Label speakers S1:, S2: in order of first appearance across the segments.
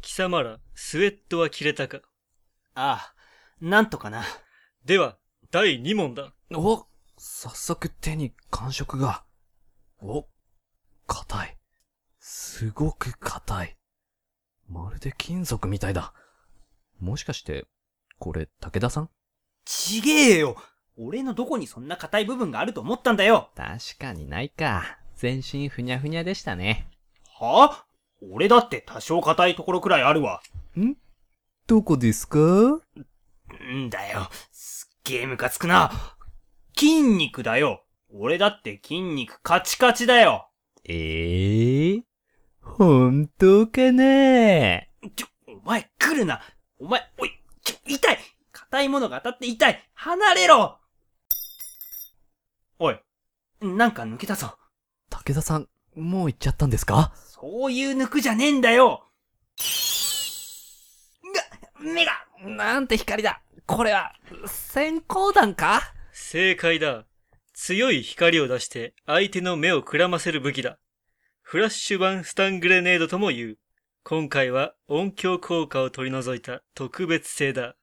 S1: 貴様ら、スウェットは着れたか
S2: ああ、なんとかな。
S1: では、第2問だ。
S3: お早速手に感触が。お硬い。すごく硬い。まるで金属みたいだ。もしかして、これ、武田さん
S2: ちげえよ俺のどこにそんな硬い部分があると思ったんだよ
S3: 確かにないか。全身ふにゃふにゃでしたね。
S2: はあ俺だって多少硬いところくらいあるわ。
S3: どこですか
S2: んだよ。すっげえムカつくな。筋肉だよ。俺だって筋肉カチカチだよ。
S3: ええ本当かな
S2: ちょ、お前来るな。お前、おい、ちょ、痛い硬いものが当たって痛い離れろおい、なんか抜けたぞ。
S3: 武田さん、もう行っちゃったんですか
S2: そういう抜くじゃねえんだよが、目が
S3: なんて光だこれは、閃光弾か
S1: 正解だ。強い光を出して相手の目をくらませる武器だ。フラッシュ版スタングレネードとも言う。今回は音響効果を取り除いた特別性だ。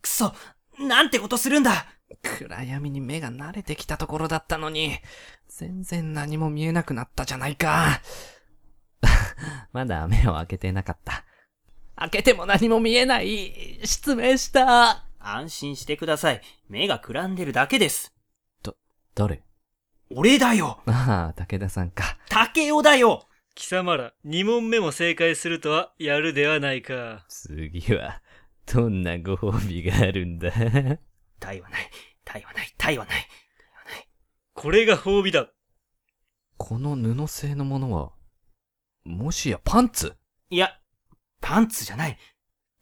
S2: くそなんてことするんだ
S3: 暗闇に目が慣れてきたところだったのに、全然何も見えなくなったじゃないか。 まだ目を開けてなかった。開けても何も見えない失明した
S2: 安心してください。目がくらんでるだけです。
S3: 誰
S2: 俺だよ
S3: ああ、武田さんか。
S2: 竹雄だよ
S1: 貴様ら、2問目も正解するとはやるではないか。
S3: 次は、どんなご褒美があるんだ
S2: 体はない。体はない。体はない。
S1: これが褒美だ。
S3: この布製のものは、もしやパンツ
S2: いや、パンツじゃない。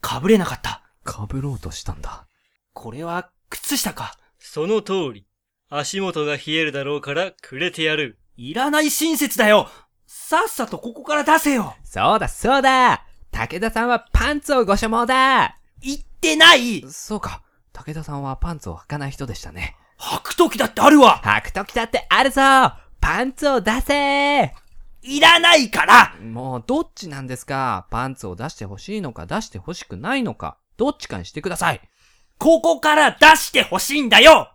S2: かぶれなかった。
S3: かぶろうとしたんだ。
S2: これは、靴下か。
S1: その通り。足元が冷えるだろうからくれてやる。
S2: いらない親切だよさっさとここから出せよ
S3: そうだそうだ武田さんはパンツをご所望だ
S2: 言ってない
S3: そうか。武田さんはパンツを履かない人でしたね。
S2: 履く時だってあるわ
S3: 履くときだってあるぞパンツを出せ
S2: いらないから
S3: もうどっちなんですかパンツを出してほしいのか出してほしくないのか、どっちかにしてください
S2: ここから出してほしいんだよ